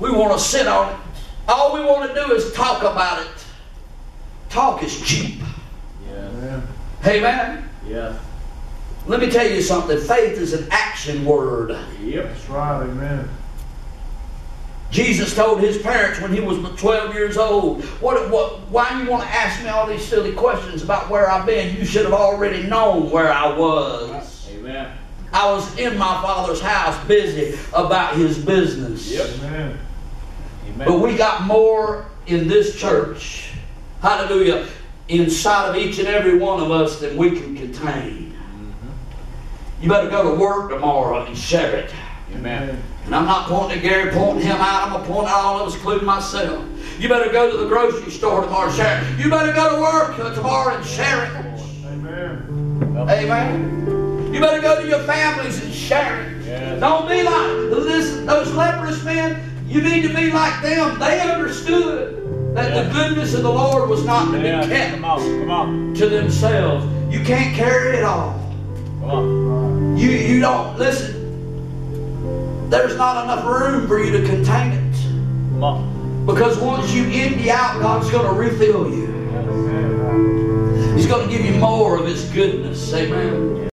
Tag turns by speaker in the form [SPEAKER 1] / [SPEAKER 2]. [SPEAKER 1] We want to sit on it. All we want to do is talk about it. Talk is cheap.
[SPEAKER 2] Yeah.
[SPEAKER 3] Yeah.
[SPEAKER 1] Amen.
[SPEAKER 2] Yeah.
[SPEAKER 1] Let me tell you something. Faith is an action word.
[SPEAKER 2] Yep.
[SPEAKER 3] That's right. Amen.
[SPEAKER 1] Jesus told his parents when he was 12 years old, what, what, why you want to ask me all these silly questions about where I've been? You should have already known where I was.
[SPEAKER 2] Amen.
[SPEAKER 1] I was in my father's house busy about his business.
[SPEAKER 2] Yep.
[SPEAKER 3] Amen.
[SPEAKER 2] Amen.
[SPEAKER 1] But we got more in this church, hallelujah, inside of each and every one of us than we can contain. You better go to work tomorrow and share it.
[SPEAKER 2] Amen.
[SPEAKER 1] And I'm not pointing at Gary, pointing him out. I'm pointing at all of us, including myself. You better go to the grocery store tomorrow and share it. You better go to work tomorrow and share it.
[SPEAKER 3] Amen.
[SPEAKER 1] Amen. You better go to your families and share it.
[SPEAKER 2] Yes.
[SPEAKER 1] Don't be like this, those leprous men. You need to be like them. They understood that the
[SPEAKER 2] Yeah.
[SPEAKER 1] goodness of the Lord was not to
[SPEAKER 2] Yeah.
[SPEAKER 1] be
[SPEAKER 2] Come
[SPEAKER 1] kept
[SPEAKER 2] on. Come on.
[SPEAKER 1] to themselves. You can't carry it all.
[SPEAKER 2] Come on.
[SPEAKER 3] Right.
[SPEAKER 1] You you don't listen. There's not enough room for you to contain it.
[SPEAKER 2] Come on.
[SPEAKER 1] Because once you empty out, God's going to refill you.
[SPEAKER 3] Amen.
[SPEAKER 1] He's going to give you more of His goodness. Amen.